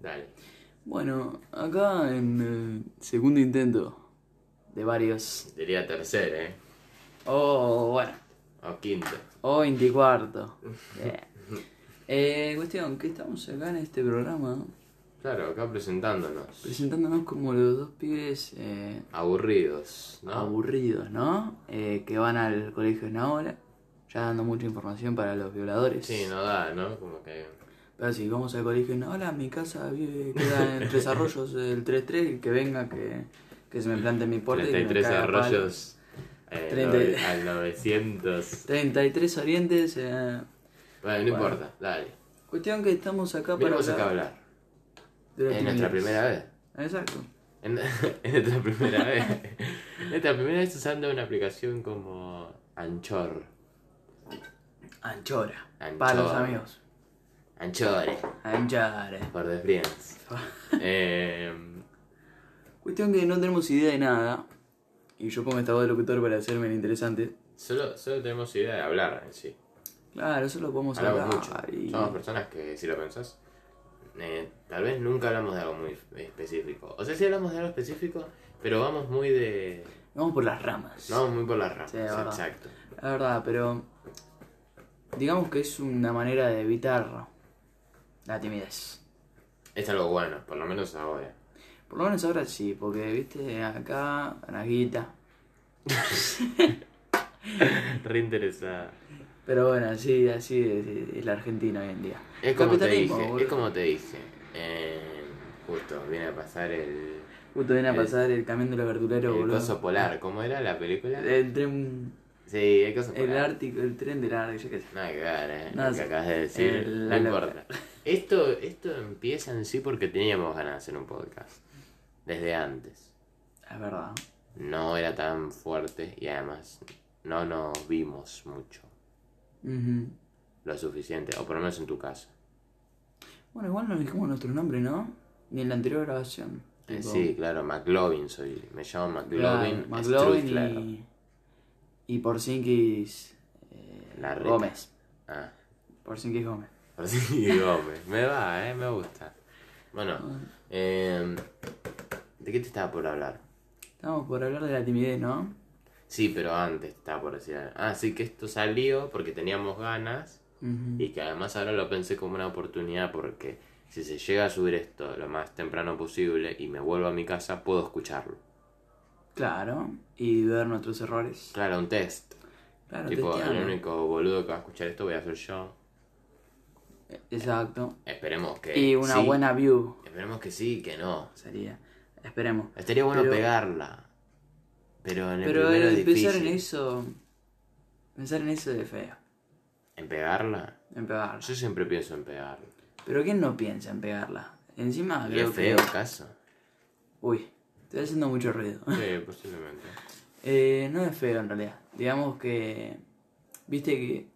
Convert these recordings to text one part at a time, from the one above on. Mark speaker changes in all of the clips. Speaker 1: Dale.
Speaker 2: Bueno, acá en eh, segundo intento de varios.
Speaker 1: Diría tercer, ¿eh?
Speaker 2: O bueno,
Speaker 1: O quinto.
Speaker 2: o veinticuarto. Eh. Eh, cuestión, que estamos acá en este programa
Speaker 1: Claro, acá presentándonos.
Speaker 2: presentándonos como los dos pibes eh,
Speaker 1: Aburridos, ¿no?
Speaker 2: aburridos, ¿no? Eh, que van al colegio en ahora, ya dando mucha información para los violadores.
Speaker 1: sí, no da, ¿no? Como que.
Speaker 2: Pero si vamos al colegio en ahora, mi casa vive, queda en Tres Arroyos, el 3-3, que venga, que, que se me plante en mi puerta. y que me
Speaker 1: 33
Speaker 2: cague a palo.
Speaker 1: arroyos eh,
Speaker 2: Treinta y-
Speaker 1: nove- al 900.
Speaker 2: 33 Orientes. eh,
Speaker 1: Bueno, no
Speaker 2: Bueno.
Speaker 1: importa, dale.
Speaker 2: Cuestión que estamos acá para.
Speaker 1: Venimos acá a
Speaker 2: hablar
Speaker 1: hablar.
Speaker 2: de los
Speaker 1: Es nuestra
Speaker 2: tímidos.
Speaker 1: primera vez.
Speaker 2: Exacto.
Speaker 1: En, es nuestra primera vez. Es nuestra primera vez usando una aplicación como Anchor.
Speaker 2: Anchora.
Speaker 1: Anchor.
Speaker 2: Para los amigos.
Speaker 1: Anchore,
Speaker 2: Anchora.
Speaker 1: por the friends.
Speaker 2: Ah.
Speaker 1: Eh,
Speaker 2: Cuestión que no tenemos idea de nada. Y yo pongo esta voz de locutor para hacerme el interesante.
Speaker 1: solo, solo tenemos idea de hablar en sí.
Speaker 2: Claro, eso lo podemos
Speaker 1: Hablamos mucho.
Speaker 2: hablar. y-
Speaker 1: Somos personas que, si lo pensás, eh, tal vez nunca hablamos de algo muy específico. O sea, sí hablamos de algo específico, pero vamos muy de.
Speaker 2: Vamos por las ramas.
Speaker 1: no Vamos muy por las ramas.
Speaker 2: Sí, es verdad.
Speaker 1: exacto.
Speaker 2: La verdad, pero. Digamos que es una manera de evitar la timidez.
Speaker 1: Es algo bueno, por lo menos ahora.
Speaker 2: Por lo menos ahora sí, porque viste, acá, guita
Speaker 1: Re interesada.
Speaker 2: Pero bueno, así, así es, es la Argentina hoy en día.
Speaker 1: Es como te
Speaker 2: Capitalismo,
Speaker 1: dije,
Speaker 2: boludo.
Speaker 1: es como te dije. Eh, justo, viene a pasar el.
Speaker 2: Justo viene a
Speaker 1: El-
Speaker 2: pasar el camión de los verduleros,
Speaker 1: El
Speaker 2: boludo.
Speaker 1: coso polar, ¿cómo era la película?
Speaker 2: El tren.
Speaker 1: Sí, el coso
Speaker 2: El
Speaker 1: polar.
Speaker 2: Ártico, el tren del Ártico, yo qué sé.
Speaker 1: Nada que ver, eh.
Speaker 2: Nada,
Speaker 1: lo
Speaker 2: sí.
Speaker 1: que acabas de decir. no
Speaker 2: El- la-
Speaker 1: importa. Esto, esto empieza en sí porque teníamos ganas de hacer un podcast. Desde antes.
Speaker 2: Es verdad.
Speaker 1: No era tan fuerte y además no nos vimos mucho.
Speaker 2: Ujú.
Speaker 1: Lo suficiente, o por lo menos en tu casa.
Speaker 2: Bueno, igual no dijimos nuestro nombre, ¿no? Ni en la anterior grabación.
Speaker 1: Eh,
Speaker 2: Tipo,
Speaker 1: sí, claro, McLovin soy. Me llamo
Speaker 2: claro,
Speaker 1: McLovin.
Speaker 2: McLovin
Speaker 1: Strudler.
Speaker 2: y. Y Porzingis. eh,
Speaker 1: Larreta.
Speaker 2: Gómez.
Speaker 1: Ah,
Speaker 2: Porzingis Gómez.
Speaker 1: por si Gómez. Me va, eh, me gusta. Bueno, eh, ¿de qué te estaba por hablar?
Speaker 2: Estamos por hablar de la timidez, ¿no?
Speaker 1: Sí, pero antes estaba por decir. algo. Ah, sí, que esto salió porque teníamos ganas
Speaker 2: Ujú.
Speaker 1: y que además ahora lo pensé como una oportunidad porque si se llega a subir esto lo más temprano posible y me vuelvo a mi casa, puedo escucharlo.
Speaker 2: Claro. Y ver nuestros errores.
Speaker 1: Claro, un test.
Speaker 2: Claro,
Speaker 1: tipo, el
Speaker 2: testeando.
Speaker 1: único boludo que va a escuchar esto voy a ser yo.
Speaker 2: Eh, Exacto.
Speaker 1: Esperemos que.
Speaker 2: Y una
Speaker 1: sí.
Speaker 2: buena view
Speaker 1: Esperemos que sí, que no.
Speaker 2: sería. Esperemos.
Speaker 1: Estaría bueno
Speaker 2: Pero-
Speaker 1: pegarla. Pero en el
Speaker 2: Pero
Speaker 1: primero
Speaker 2: eh,
Speaker 1: es
Speaker 2: pensar
Speaker 1: difícil.
Speaker 2: en eso. Pensar en eso es feo.
Speaker 1: ¿En pegarla?
Speaker 2: En pegarla.
Speaker 1: Yo siempre pienso en pegarla.
Speaker 2: Pero ¿quién no piensa en pegarla? Encima
Speaker 1: Y
Speaker 2: Ah, creo
Speaker 1: es feo
Speaker 2: que.
Speaker 1: caso.
Speaker 2: Uy, estoy haciendo mucho ruido.
Speaker 1: Sí, posiblemente.
Speaker 2: Eh, no es feo en realidad. Digamos que. Viste que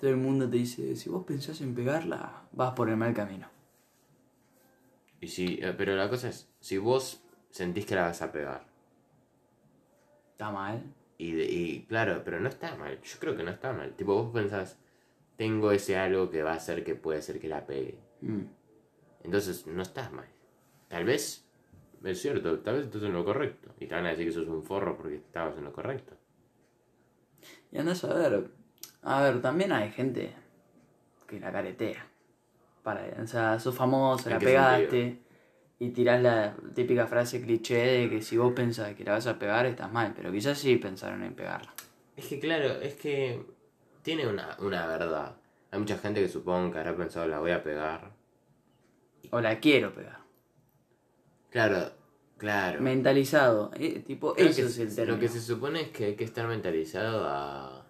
Speaker 2: todo el mundo te dice: si vos pensás en pegarla, vas por el mal camino.
Speaker 1: Y si, eh, pero la cosa es, si vos sentís que la vas a pegar,
Speaker 2: Está mal.
Speaker 1: y, de- y claro, pero no está mal, yo creo que no está mal. Tipo, vos pensás, tengo ese algo que va a hacer que puede ser que la pegue.
Speaker 2: Mm.
Speaker 1: Entonces, no estás mal. Tal vez, es cierto, tal vez estás en lo correcto. Y te van a decir que sos un forro porque estabas en lo correcto.
Speaker 2: Y andás a ver. A ver, también hay gente que la caretea. Para, o sea, sos famoso,
Speaker 1: ¿En
Speaker 2: la
Speaker 1: qué
Speaker 2: pegaste. Y tirás la típica frase cliché de que si vos pensás que la vas a pegar, estás mal. Pero quizás sí pensaron en pegarla.
Speaker 1: Es que claro, es que tiene una, una verdad. Hay mucha gente que supongo que habrá pensado la voy a pegar.
Speaker 2: O la quiero pegar.
Speaker 1: Claro, claro.
Speaker 2: Mentalizado. eh, tipo,
Speaker 1: Creo
Speaker 2: eso
Speaker 1: que
Speaker 2: es el término.
Speaker 1: Lo que se supone es que hay que estar mentalizado a,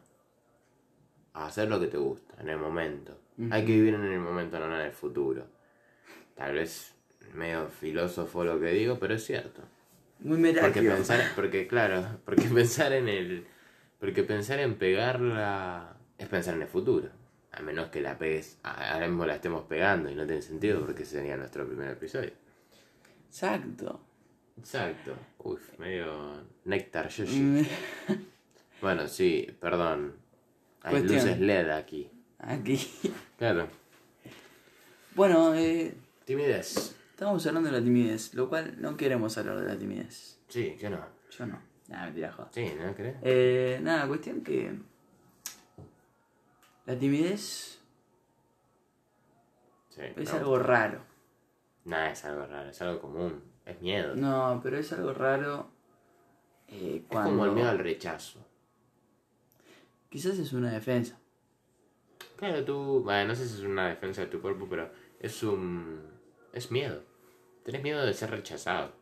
Speaker 1: a hacer lo que te gusta en el momento. Hay que vivir en el momento, no en el futuro. Tal vez medio filósofo lo que digo, pero es cierto.
Speaker 2: Muy
Speaker 1: Porque
Speaker 2: metálico.
Speaker 1: pensar, porque claro, porque pensar en el, porque pensar en pegarla es pensar en el futuro. A menos que la pegues, a- ahora mismo la estemos pegando y no tiene sentido porque ese sería nuestro primer episodio.
Speaker 2: Exacto.
Speaker 1: Exacto. Uf, medio néctar yoshi.
Speaker 2: Mm,
Speaker 1: Bueno, sí, perdón. Hay
Speaker 2: Cuestión.
Speaker 1: luces LED aquí.
Speaker 2: Aquí.
Speaker 1: Claro.
Speaker 2: Bueno, eh,
Speaker 1: Timidez.
Speaker 2: Estábamos hablando de la timidez, lo cual no queremos hablar de la timidez.
Speaker 1: Sí, yo no.
Speaker 2: Yo no. Nada, mentira, joda.
Speaker 1: Sí, ¿no crees?
Speaker 2: Eh, nada, cuestión que. La timidez
Speaker 1: Sí.
Speaker 2: es
Speaker 1: no.
Speaker 2: algo raro.
Speaker 1: Nah, es algo raro, es algo común. Es miedo.
Speaker 2: No, pero es algo raro.
Speaker 1: es
Speaker 2: eh, cuando.
Speaker 1: como el miedo al rechazo.
Speaker 2: Quizás es una defensa.
Speaker 1: Claro, tú. Bueno, no sé si es una defensa de tu cuerpo, pero es un. Es miedo. Tenés miedo de ser rechazado.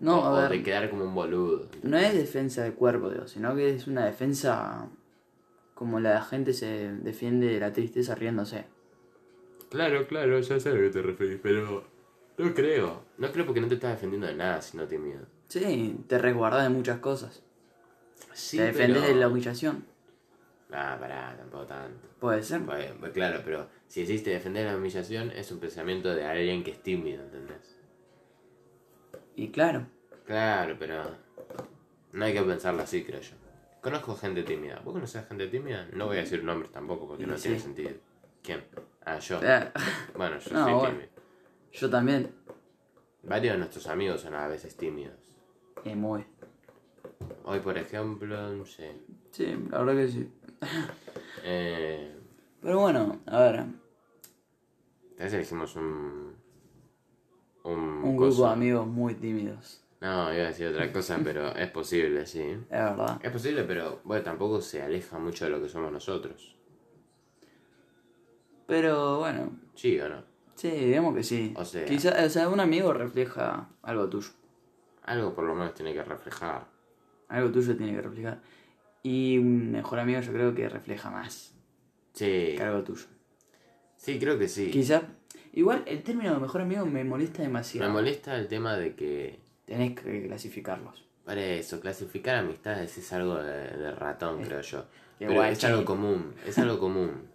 Speaker 2: No,
Speaker 1: o,
Speaker 2: a
Speaker 1: o
Speaker 2: ver.
Speaker 1: de quedar como un boludo.
Speaker 2: No es defensa de cuerpo, digo, sino que es una defensa como la gente se defiende de la tristeza riéndose.
Speaker 1: Claro, claro, ya sé a lo que te referís, pero. No creo. No creo porque no te estás defendiendo de nada si no te miedo.
Speaker 2: Sí, te resguardas de muchas cosas.
Speaker 1: Sí,
Speaker 2: te defendes
Speaker 1: pero-
Speaker 2: de la humillación.
Speaker 1: Ah, pará, tampoco tanto.
Speaker 2: Puede ser.
Speaker 1: Bueno, pues claro, pero si existe defender la humillación, es un pensamiento de alguien que es tímido, ¿entendés?
Speaker 2: Y claro,
Speaker 1: Claro, pero. No hay que pensarlo así, creo yo. Conozco gente tímida. ¿Vos conocés gente tímida? No voy a decir nombres tampoco porque
Speaker 2: Y
Speaker 1: no
Speaker 2: sí.
Speaker 1: tiene sentido. ¿Quién? Ah, yo.
Speaker 2: eh,
Speaker 1: Bueno, yo
Speaker 2: No,
Speaker 1: soy
Speaker 2: bueno.
Speaker 1: tímido.
Speaker 2: yo también.
Speaker 1: Varios de nuestros amigos son a veces tímidos.
Speaker 2: Eh, muy.
Speaker 1: Hoy, por ejemplo, sí.
Speaker 2: Sí, la verdad que sí.
Speaker 1: Eh,
Speaker 2: Pero bueno, a ver,
Speaker 1: entonces elegimos un. Un,
Speaker 2: un
Speaker 1: coso.
Speaker 2: grupo de amigos muy tímidos.
Speaker 1: No, iba a decir otra cosa, pero es posible, sí.
Speaker 2: Es verdad.
Speaker 1: Es posible, pero bueno, tampoco se aleja mucho de lo que somos nosotros.
Speaker 2: Pero bueno,
Speaker 1: ¿Sí o no?
Speaker 2: sí, digamos que sí.
Speaker 1: O sea-
Speaker 2: Quizá- o sea, un amigo refleja algo tuyo.
Speaker 1: Algo por lo menos tiene que reflejar.
Speaker 2: Algo tuyo tiene que reflejar. Y un mejor amigo yo creo que refleja más
Speaker 1: Sí.
Speaker 2: que algo tuyo.
Speaker 1: Sí, creo que sí.
Speaker 2: Quizás... Igual el término de mejor amigo me molesta
Speaker 1: Me
Speaker 2: demasiado.
Speaker 1: molesta el tema de que.
Speaker 2: Tenés que clasificarlos.
Speaker 1: Para eso, clasificar amistades es algo de, de ratón, creo yo.
Speaker 2: qué
Speaker 1: Pero
Speaker 2: guay,
Speaker 1: es
Speaker 2: sí.
Speaker 1: algo común, es algo común.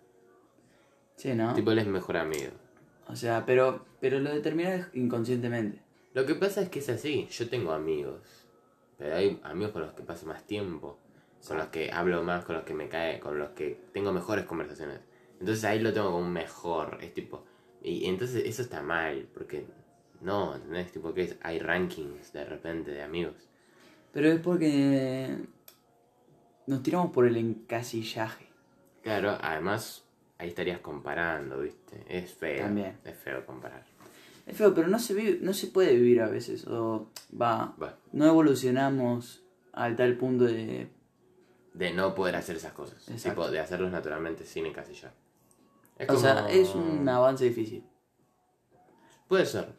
Speaker 2: Sí, ¿no?
Speaker 1: Tipo, él es mejor amigo.
Speaker 2: O sea, pero, pero lo determinás inconscientemente.
Speaker 1: Lo que pasa es que es así, yo tengo amigos, pero hay amigos con los que paso más tiempo, con los que hablo más, con los que me cae, con los que tengo mejores conversaciones. Entonces ahí lo tengo como un mejor, es tipo, y entonces eso está mal, porque no, ¿entendés? Tipo que es- hay rankings de repente de amigos.
Speaker 2: Pero es porque nos tiramos por el encasillaje.
Speaker 1: Claro, además ahí estarías comparando, ¿viste? Es feo.
Speaker 2: También.
Speaker 1: Es feo comparar.
Speaker 2: Es feo, pero no se, vive, no se puede vivir a veces. O va,
Speaker 1: Bueno,
Speaker 2: no evolucionamos al tal punto de...
Speaker 1: de no poder hacer esas cosas,
Speaker 2: Exacto.
Speaker 1: tipo de hacerlos naturalmente sin encasillar. Es
Speaker 2: O sea,
Speaker 1: como-
Speaker 2: es un avance difícil.
Speaker 1: Puede ser,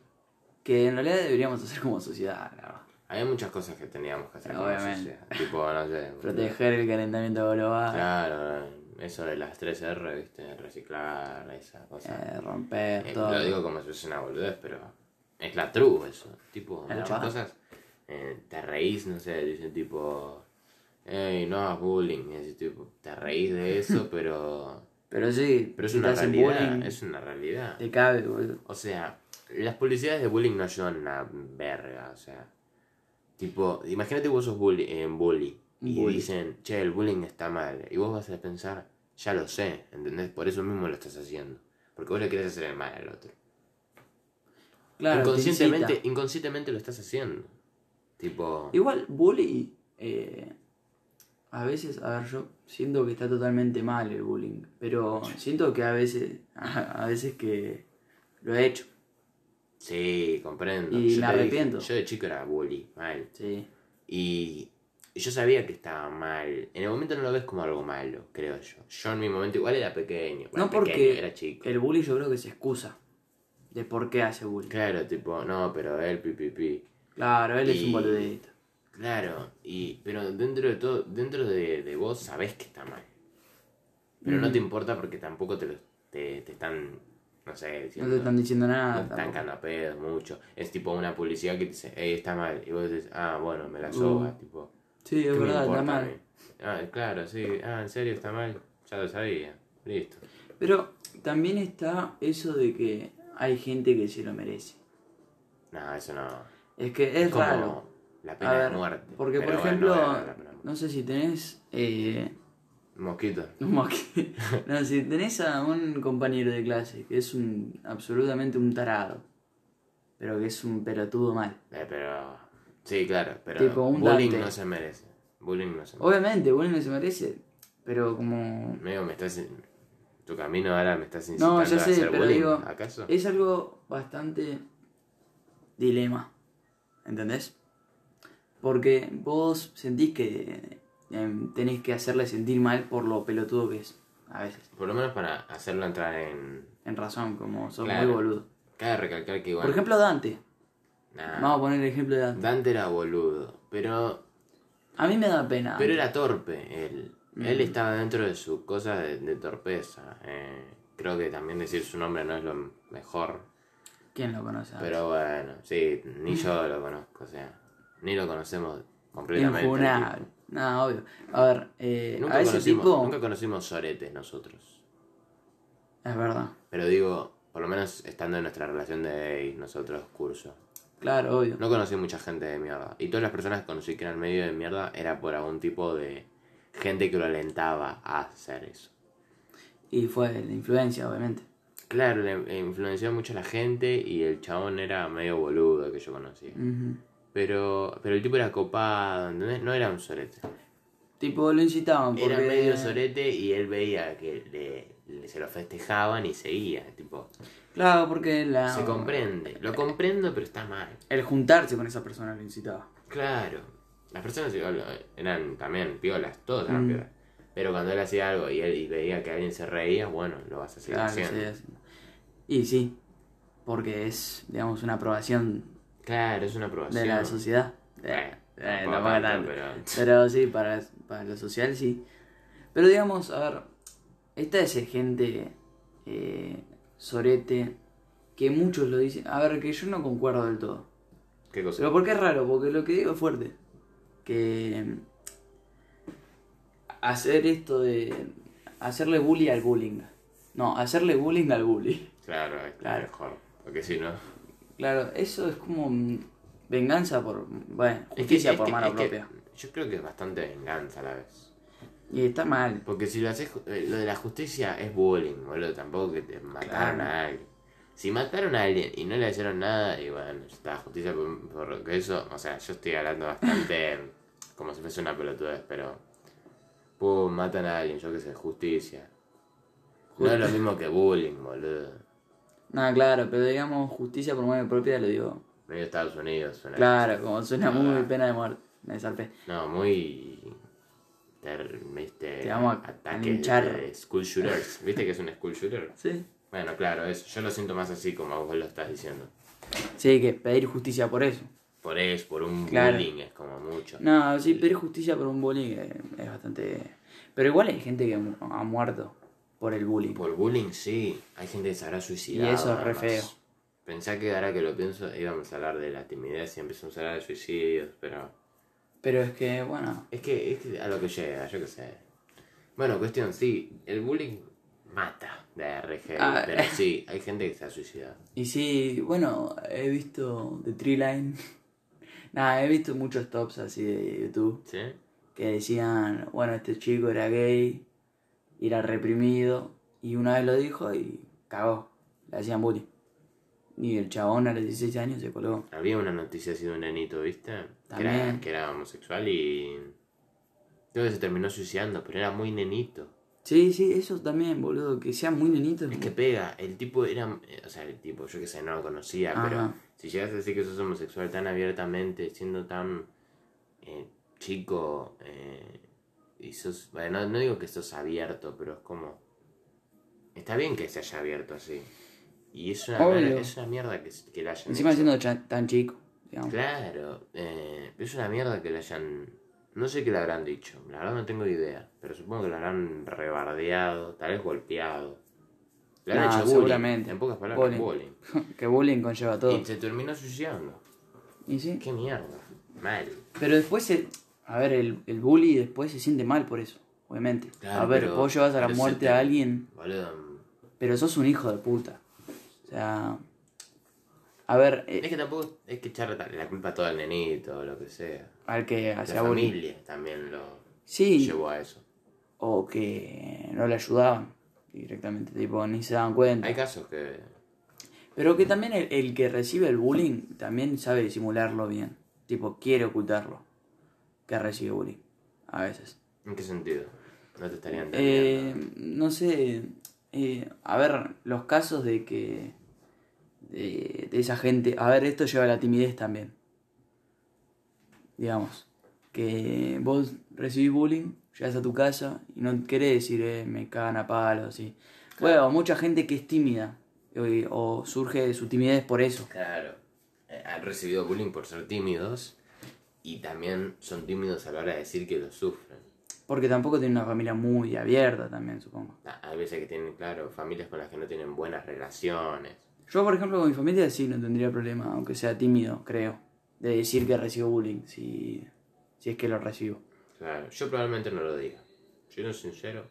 Speaker 2: Que en realidad deberíamos hacer como sociedad, la verdad.
Speaker 1: Había muchas cosas que teníamos que hacer como
Speaker 2: Obviamente.
Speaker 1: sociedad. Tipo, no sé.
Speaker 2: Proteger el calentamiento global,
Speaker 1: Claro, eso de las 3 R, viste, reciclar, esa cosa.
Speaker 2: eh, romper
Speaker 1: Eh,
Speaker 2: todo.
Speaker 1: lo digo como si fuese una boludez, pero es la true eso. Tipo,
Speaker 2: Es
Speaker 1: muchas
Speaker 2: verdad.
Speaker 1: cosas eh, te reís, no sé, dicen tipo, hey, no hagas bullying. Y así, tipo, te reís de eso, pero.
Speaker 2: Pero sí,
Speaker 1: Pero es
Speaker 2: si te
Speaker 1: una
Speaker 2: hacen
Speaker 1: realidad,
Speaker 2: bullying,
Speaker 1: es una realidad.
Speaker 2: te cabe, boludo.
Speaker 1: O sea, las publicidades de bullying no ayudan a verga, o sea. Tipo, imagínate vos sos bully, eh, bully y
Speaker 2: Bully.
Speaker 1: dicen, che, el bullying está mal. Y vos vas a pensar, ya lo sé, ¿entendés? Por eso mismo lo estás haciendo. Porque vos le querés hacer el mal al otro.
Speaker 2: Claro, te
Speaker 1: inconscientemente,
Speaker 2: incita.
Speaker 1: inconscientemente lo estás haciendo. Tipo,
Speaker 2: Igual, bully, eh, a veces, a ver, yo siento que está totalmente mal el bullying, pero siento que a veces, a veces que lo he hecho,
Speaker 1: sí, comprendo. Yo te
Speaker 2: Y me
Speaker 1: dije,
Speaker 2: arrepiento.
Speaker 1: yo de chico era bully, mal.
Speaker 2: sí.
Speaker 1: Y yo sabía que estaba mal. En el momento no lo ves como algo malo, creo yo. Yo en mi momento igual era pequeño. Bueno,
Speaker 2: No porque-
Speaker 1: pequeño, era chico.
Speaker 2: El bully yo creo que se excusa de por qué hace bullying.
Speaker 1: Claro, tipo, no, pero él, pi, pi, pi.
Speaker 2: Claro, él es
Speaker 1: Y-
Speaker 2: un boludito.
Speaker 1: Claro, y, pero dentro de todo, dentro de, de vos sabés que está mal. Pero
Speaker 2: Mm.
Speaker 1: no te importa porque tampoco te, lo, te, te están, no sé,
Speaker 2: No
Speaker 1: diciendo,
Speaker 2: te están diciendo
Speaker 1: no
Speaker 2: nada.
Speaker 1: te están
Speaker 2: tampoco.
Speaker 1: cagando a pedos mucho. Es tipo una publicidad que te dice, hey, está mal. Y vos dices, ah, bueno, me la soba,
Speaker 2: Uh.
Speaker 1: tipo.
Speaker 2: Sí,
Speaker 1: ¿Qué
Speaker 2: es
Speaker 1: me
Speaker 2: verdad, está
Speaker 1: importa a
Speaker 2: mal.
Speaker 1: mí? Ah, claro, sí. Ah, en serio, está mal. Ya lo sabía. Listo.
Speaker 2: Pero también está eso de que hay gente que se lo merece.
Speaker 1: No, eso no.
Speaker 2: Es que es,
Speaker 1: como
Speaker 2: raro.
Speaker 1: la
Speaker 2: A
Speaker 1: pena
Speaker 2: ver,
Speaker 1: de muerte.
Speaker 2: Porque,
Speaker 1: Pero
Speaker 2: por
Speaker 1: bueno,
Speaker 2: ejemplo,
Speaker 1: no era la pena de muerte.
Speaker 2: no sé si tenés. eh,
Speaker 1: Mosquito.
Speaker 2: un mosqui- no, si tenés a un compañero de clase que es un absolutamente un tarado. pero que es un pelotudo mal.
Speaker 1: Eh, pero. Sí, claro, pero.
Speaker 2: Tipo un
Speaker 1: bullying
Speaker 2: Dante.
Speaker 1: no se merece. Bullying no se merece.
Speaker 2: Obviamente, bueno, no se merece, pero como...
Speaker 1: Amigo, me estás. in- Tu camino ahora me estás incitando
Speaker 2: No, ya
Speaker 1: a
Speaker 2: sé,
Speaker 1: hacer
Speaker 2: pero
Speaker 1: bullying,
Speaker 2: digo,
Speaker 1: ¿acaso?
Speaker 2: Es algo bastante dilema, ¿entendés? Porque vos sentís que eh, tenés que hacerle sentir mal por lo pelotudo que es, a veces,
Speaker 1: Por lo menos para hacerlo entrar en.
Speaker 2: en razón, como sos
Speaker 1: Claro.
Speaker 2: muy boludo.
Speaker 1: Cabe recalcar que igual.
Speaker 2: Por ejemplo, Dante.
Speaker 1: nah,
Speaker 2: Vamos a poner el ejemplo de Dante.
Speaker 1: Dante era boludo, pero.
Speaker 2: A mí me da pena.
Speaker 1: Pero era torpe él. Él
Speaker 2: Mm.
Speaker 1: estaba dentro de su cosa de, de torpeza. eh, creo que también decir su nombre no es lo mejor.
Speaker 2: ¿Quién lo conoce?
Speaker 1: Pero bueno, sí, ni yo lo conozco, o sea, ni lo conocemos completamente.
Speaker 2: Injunable. No, obvio. A ver, eh,
Speaker 1: Nunca,
Speaker 2: a ese
Speaker 1: conocimos,
Speaker 2: tipo...
Speaker 1: nunca conocimos soretes nosotros.
Speaker 2: Es verdad.
Speaker 1: Pero digo, por lo menos estando en nuestra relación de gay, nosotros curso.
Speaker 2: Claro, obvio.
Speaker 1: No conocí mucha gente de mierda. Y todas las personas que conocí que eran medio de mierda era por algún tipo de gente que lo alentaba a hacer eso.
Speaker 2: Y fue la influencia, obviamente.
Speaker 1: Claro, le le influenció mucho a la gente y el chabón era medio boludo que yo conocía.
Speaker 2: Ujú.
Speaker 1: Pero, pero el tipo era copado, ¿entendés? No era un sorete.
Speaker 2: Tipo, lo incitaban porque...
Speaker 1: Era medio sorete y él veía que le, le- se lo festejaban y seguía. Tipo,
Speaker 2: Claro, porque la...
Speaker 1: se comprende. Lo comprendo, pero está mal.
Speaker 2: el juntarse con esa persona lo incitaba.
Speaker 1: Claro. Las personas igual, eh, eran también piolas, todos eran
Speaker 2: Mm.
Speaker 1: piolas. Pero cuando él hacía algo y él y veía que alguien se reía, bueno, lo vas a seguir
Speaker 2: Claro,
Speaker 1: haciendo.
Speaker 2: sí, así. Y sí, porque es, digamos, una aprobación
Speaker 1: Claro, es una aprobación.
Speaker 2: de la sociedad.
Speaker 1: Eh,
Speaker 2: Eh, eh,
Speaker 1: tampoco
Speaker 2: tampoco
Speaker 1: tanto,
Speaker 2: tanto.
Speaker 1: pero-
Speaker 2: Pero sí, para, para lo social sí. Pero digamos, a ver, esta es gente eh, sorete, que muchos lo dicen. A ver, que yo no concuerdo del todo.
Speaker 1: ¿Qué cosa?
Speaker 2: Pero porque es raro, porque lo que digo es fuerte. Que mm, hacer esto de... Hacerle bullying al bullying. No, hacerle bullying al bullying.
Speaker 1: Claro, es
Speaker 2: Claro.
Speaker 1: mejor. Porque si no.
Speaker 2: Claro, eso es como mm, venganza por... Bueno,
Speaker 1: Es
Speaker 2: justicia
Speaker 1: es
Speaker 2: por mano
Speaker 1: es
Speaker 2: propia.
Speaker 1: yo creo que es bastante venganza a la vez.
Speaker 2: Y está mal.
Speaker 1: Porque si lo haces, eh, lo de la justicia es bullying, boludo. Tampoco que te mataron
Speaker 2: Claro.
Speaker 1: a alguien. Si mataron a alguien y no le hicieron nada, y bueno, ya está justicia por, por que eso. O sea, yo estoy hablando bastante como si fuese una pelotudez, pero. Pum, matan a alguien, yo qué sé, justicia. No es lo mismo que bullying, boludo.
Speaker 2: Nada, claro, pero digamos justicia por mano propia lo digo.
Speaker 1: Medio Estados Unidos suena.
Speaker 2: Claro, como suena muy
Speaker 1: Ah.
Speaker 2: pena de muerte. Me zarpé.
Speaker 1: No, muy. ter- viste,
Speaker 2: Te vamos a
Speaker 1: ataques
Speaker 2: linchar.
Speaker 1: de school shooters. ¿Viste que es un school shooter?
Speaker 2: Sí.
Speaker 1: Bueno, claro, eso. Yo lo siento más así como vos lo estás diciendo.
Speaker 2: Sí, que pedir justicia por eso.
Speaker 1: Por eso, por un
Speaker 2: Claro.
Speaker 1: bullying es como mucho.
Speaker 2: No, sí, pedir justicia por un bullying eh, es bastante... Pero igual hay gente que mu- ha muerto por el bullying.
Speaker 1: Por bullying sí, hay gente que se habrá suicidado.
Speaker 2: Y eso es
Speaker 1: nada
Speaker 2: re
Speaker 1: más.
Speaker 2: feo.
Speaker 1: Pensá que ahora que lo pienso íbamos a hablar de la timidez y empezamos a hablar de suicidios, pero...
Speaker 2: Pero es que, bueno,
Speaker 1: Es que, es que a lo que llega, yo qué sé. Bueno, cuestión, sí, el bullying mata de RG,
Speaker 2: Ah.
Speaker 1: pero sí, hay gente que se ha suicidado.
Speaker 2: y sí, bueno, he visto de Tree Line. Nada, he visto muchos tops así de YouTube
Speaker 1: ¿Sí?
Speaker 2: que decían, bueno, este chico era gay, era reprimido, y una vez lo dijo y cagó, le hacían bullying. Y el chabón a los 16 años se colgó.
Speaker 1: Había una noticia así de un nenito, ¿viste? Que era,
Speaker 2: También.
Speaker 1: que era homosexual y. Creo que se terminó suicidando, pero era muy nenito.
Speaker 2: Sí, sí, eso también, boludo, que sean muy nenitos.
Speaker 1: Es que pega, el tipo era. O sea, el tipo, yo que sé, no lo conocía,
Speaker 2: Ajá.
Speaker 1: pero si llegas a decir que sos homosexual tan abiertamente, siendo tan eh, chico, eh, y sos. Bueno, no, no digo que sos abierto, pero es como. Está bien que se haya abierto así. Y es una,
Speaker 2: Obvio.
Speaker 1: mierda- es una mierda que, que la hayan
Speaker 2: Encima
Speaker 1: hecho.
Speaker 2: siendo cha- tan chico, digamos.
Speaker 1: Claro, eh, es una mierda que le hayan... No sé qué le habrán dicho, la verdad no tengo idea, pero supongo que lo habrán rebardeado, tal vez golpeado. Le habrán
Speaker 2: Nah,
Speaker 1: hecho bullying,
Speaker 2: seguramente.
Speaker 1: en pocas palabras, bullying.
Speaker 2: Bullying. que bullying conlleva todo.
Speaker 1: Y se terminó suicidando.
Speaker 2: Y sí.
Speaker 1: Qué mierda, mal.
Speaker 2: Pero después se. A ver, el, el bully después se siente mal por eso, obviamente.
Speaker 1: Claro,
Speaker 2: a ver,
Speaker 1: pero-
Speaker 2: vos llevas a la
Speaker 1: pero
Speaker 2: muerte
Speaker 1: se te-
Speaker 2: a alguien,
Speaker 1: Boludo,
Speaker 2: pero sos un hijo de puta. O sea. A ver, eh,
Speaker 1: es que tampoco es que echarle ta- la culpa a todo al nenito o lo que sea.
Speaker 2: al que
Speaker 1: La
Speaker 2: hacía bullying.
Speaker 1: familia también lo
Speaker 2: Sí,
Speaker 1: llevó a eso.
Speaker 2: o que no le ayudaban directamente, tipo, ni se daban cuenta.
Speaker 1: Hay casos que...
Speaker 2: Pero que también el, el que recibe el bullying también sabe disimularlo bien. Tipo, quiere ocultarlo. Que recibe bullying. A veces.
Speaker 1: ¿En qué sentido? No te estaría
Speaker 2: Eh,
Speaker 1: entendiendo.
Speaker 2: no sé. eh, a ver, los casos de que. De, de esa gente. A ver, esto lleva a la timidez también. Digamos. Que vos recibís bullying, llegas a tu casa y no querés decir, eh, me cagan a palos, así. Bueno, mucha gente que es tímida. eh, O surge de su timidez por eso.
Speaker 1: Claro. Eh, han recibido bullying por ser tímidos y también son tímidos a la hora de decir que lo sufren.
Speaker 2: Porque tampoco tiene una familia muy abierta también, supongo.
Speaker 1: Ah, Hay veces que tienen, claro, familias con las que no tienen buenas relaciones.
Speaker 2: Yo, por ejemplo, con mi familia sí no tendría problema, aunque sea tímido, creo, de decir que recibo bullying, si, si es que lo recibo.
Speaker 1: Claro, yo probablemente no lo diga. Siendo sincero,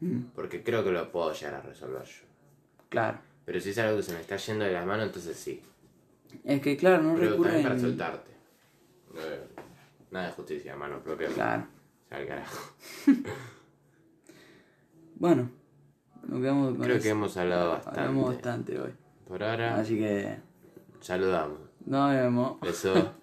Speaker 2: Mm.
Speaker 1: porque creo que lo puedo llegar a resolver yo.
Speaker 2: Claro.
Speaker 1: Pero si es algo que se me está yendo de las manos, entonces sí.
Speaker 2: Es que, claro, no
Speaker 1: Pero también para
Speaker 2: recurren...
Speaker 1: soltarte. Eh, Nada de justicia, mano propia.
Speaker 2: Claro.
Speaker 1: Al carajo.
Speaker 2: Bueno, nos quedamos con
Speaker 1: Creo
Speaker 2: eso.
Speaker 1: que hemos hablado
Speaker 2: Hablamos
Speaker 1: bastante.
Speaker 2: bastante hoy.
Speaker 1: Por ahora,
Speaker 2: Así que
Speaker 1: saludamos.
Speaker 2: nos vemos.
Speaker 1: Besos.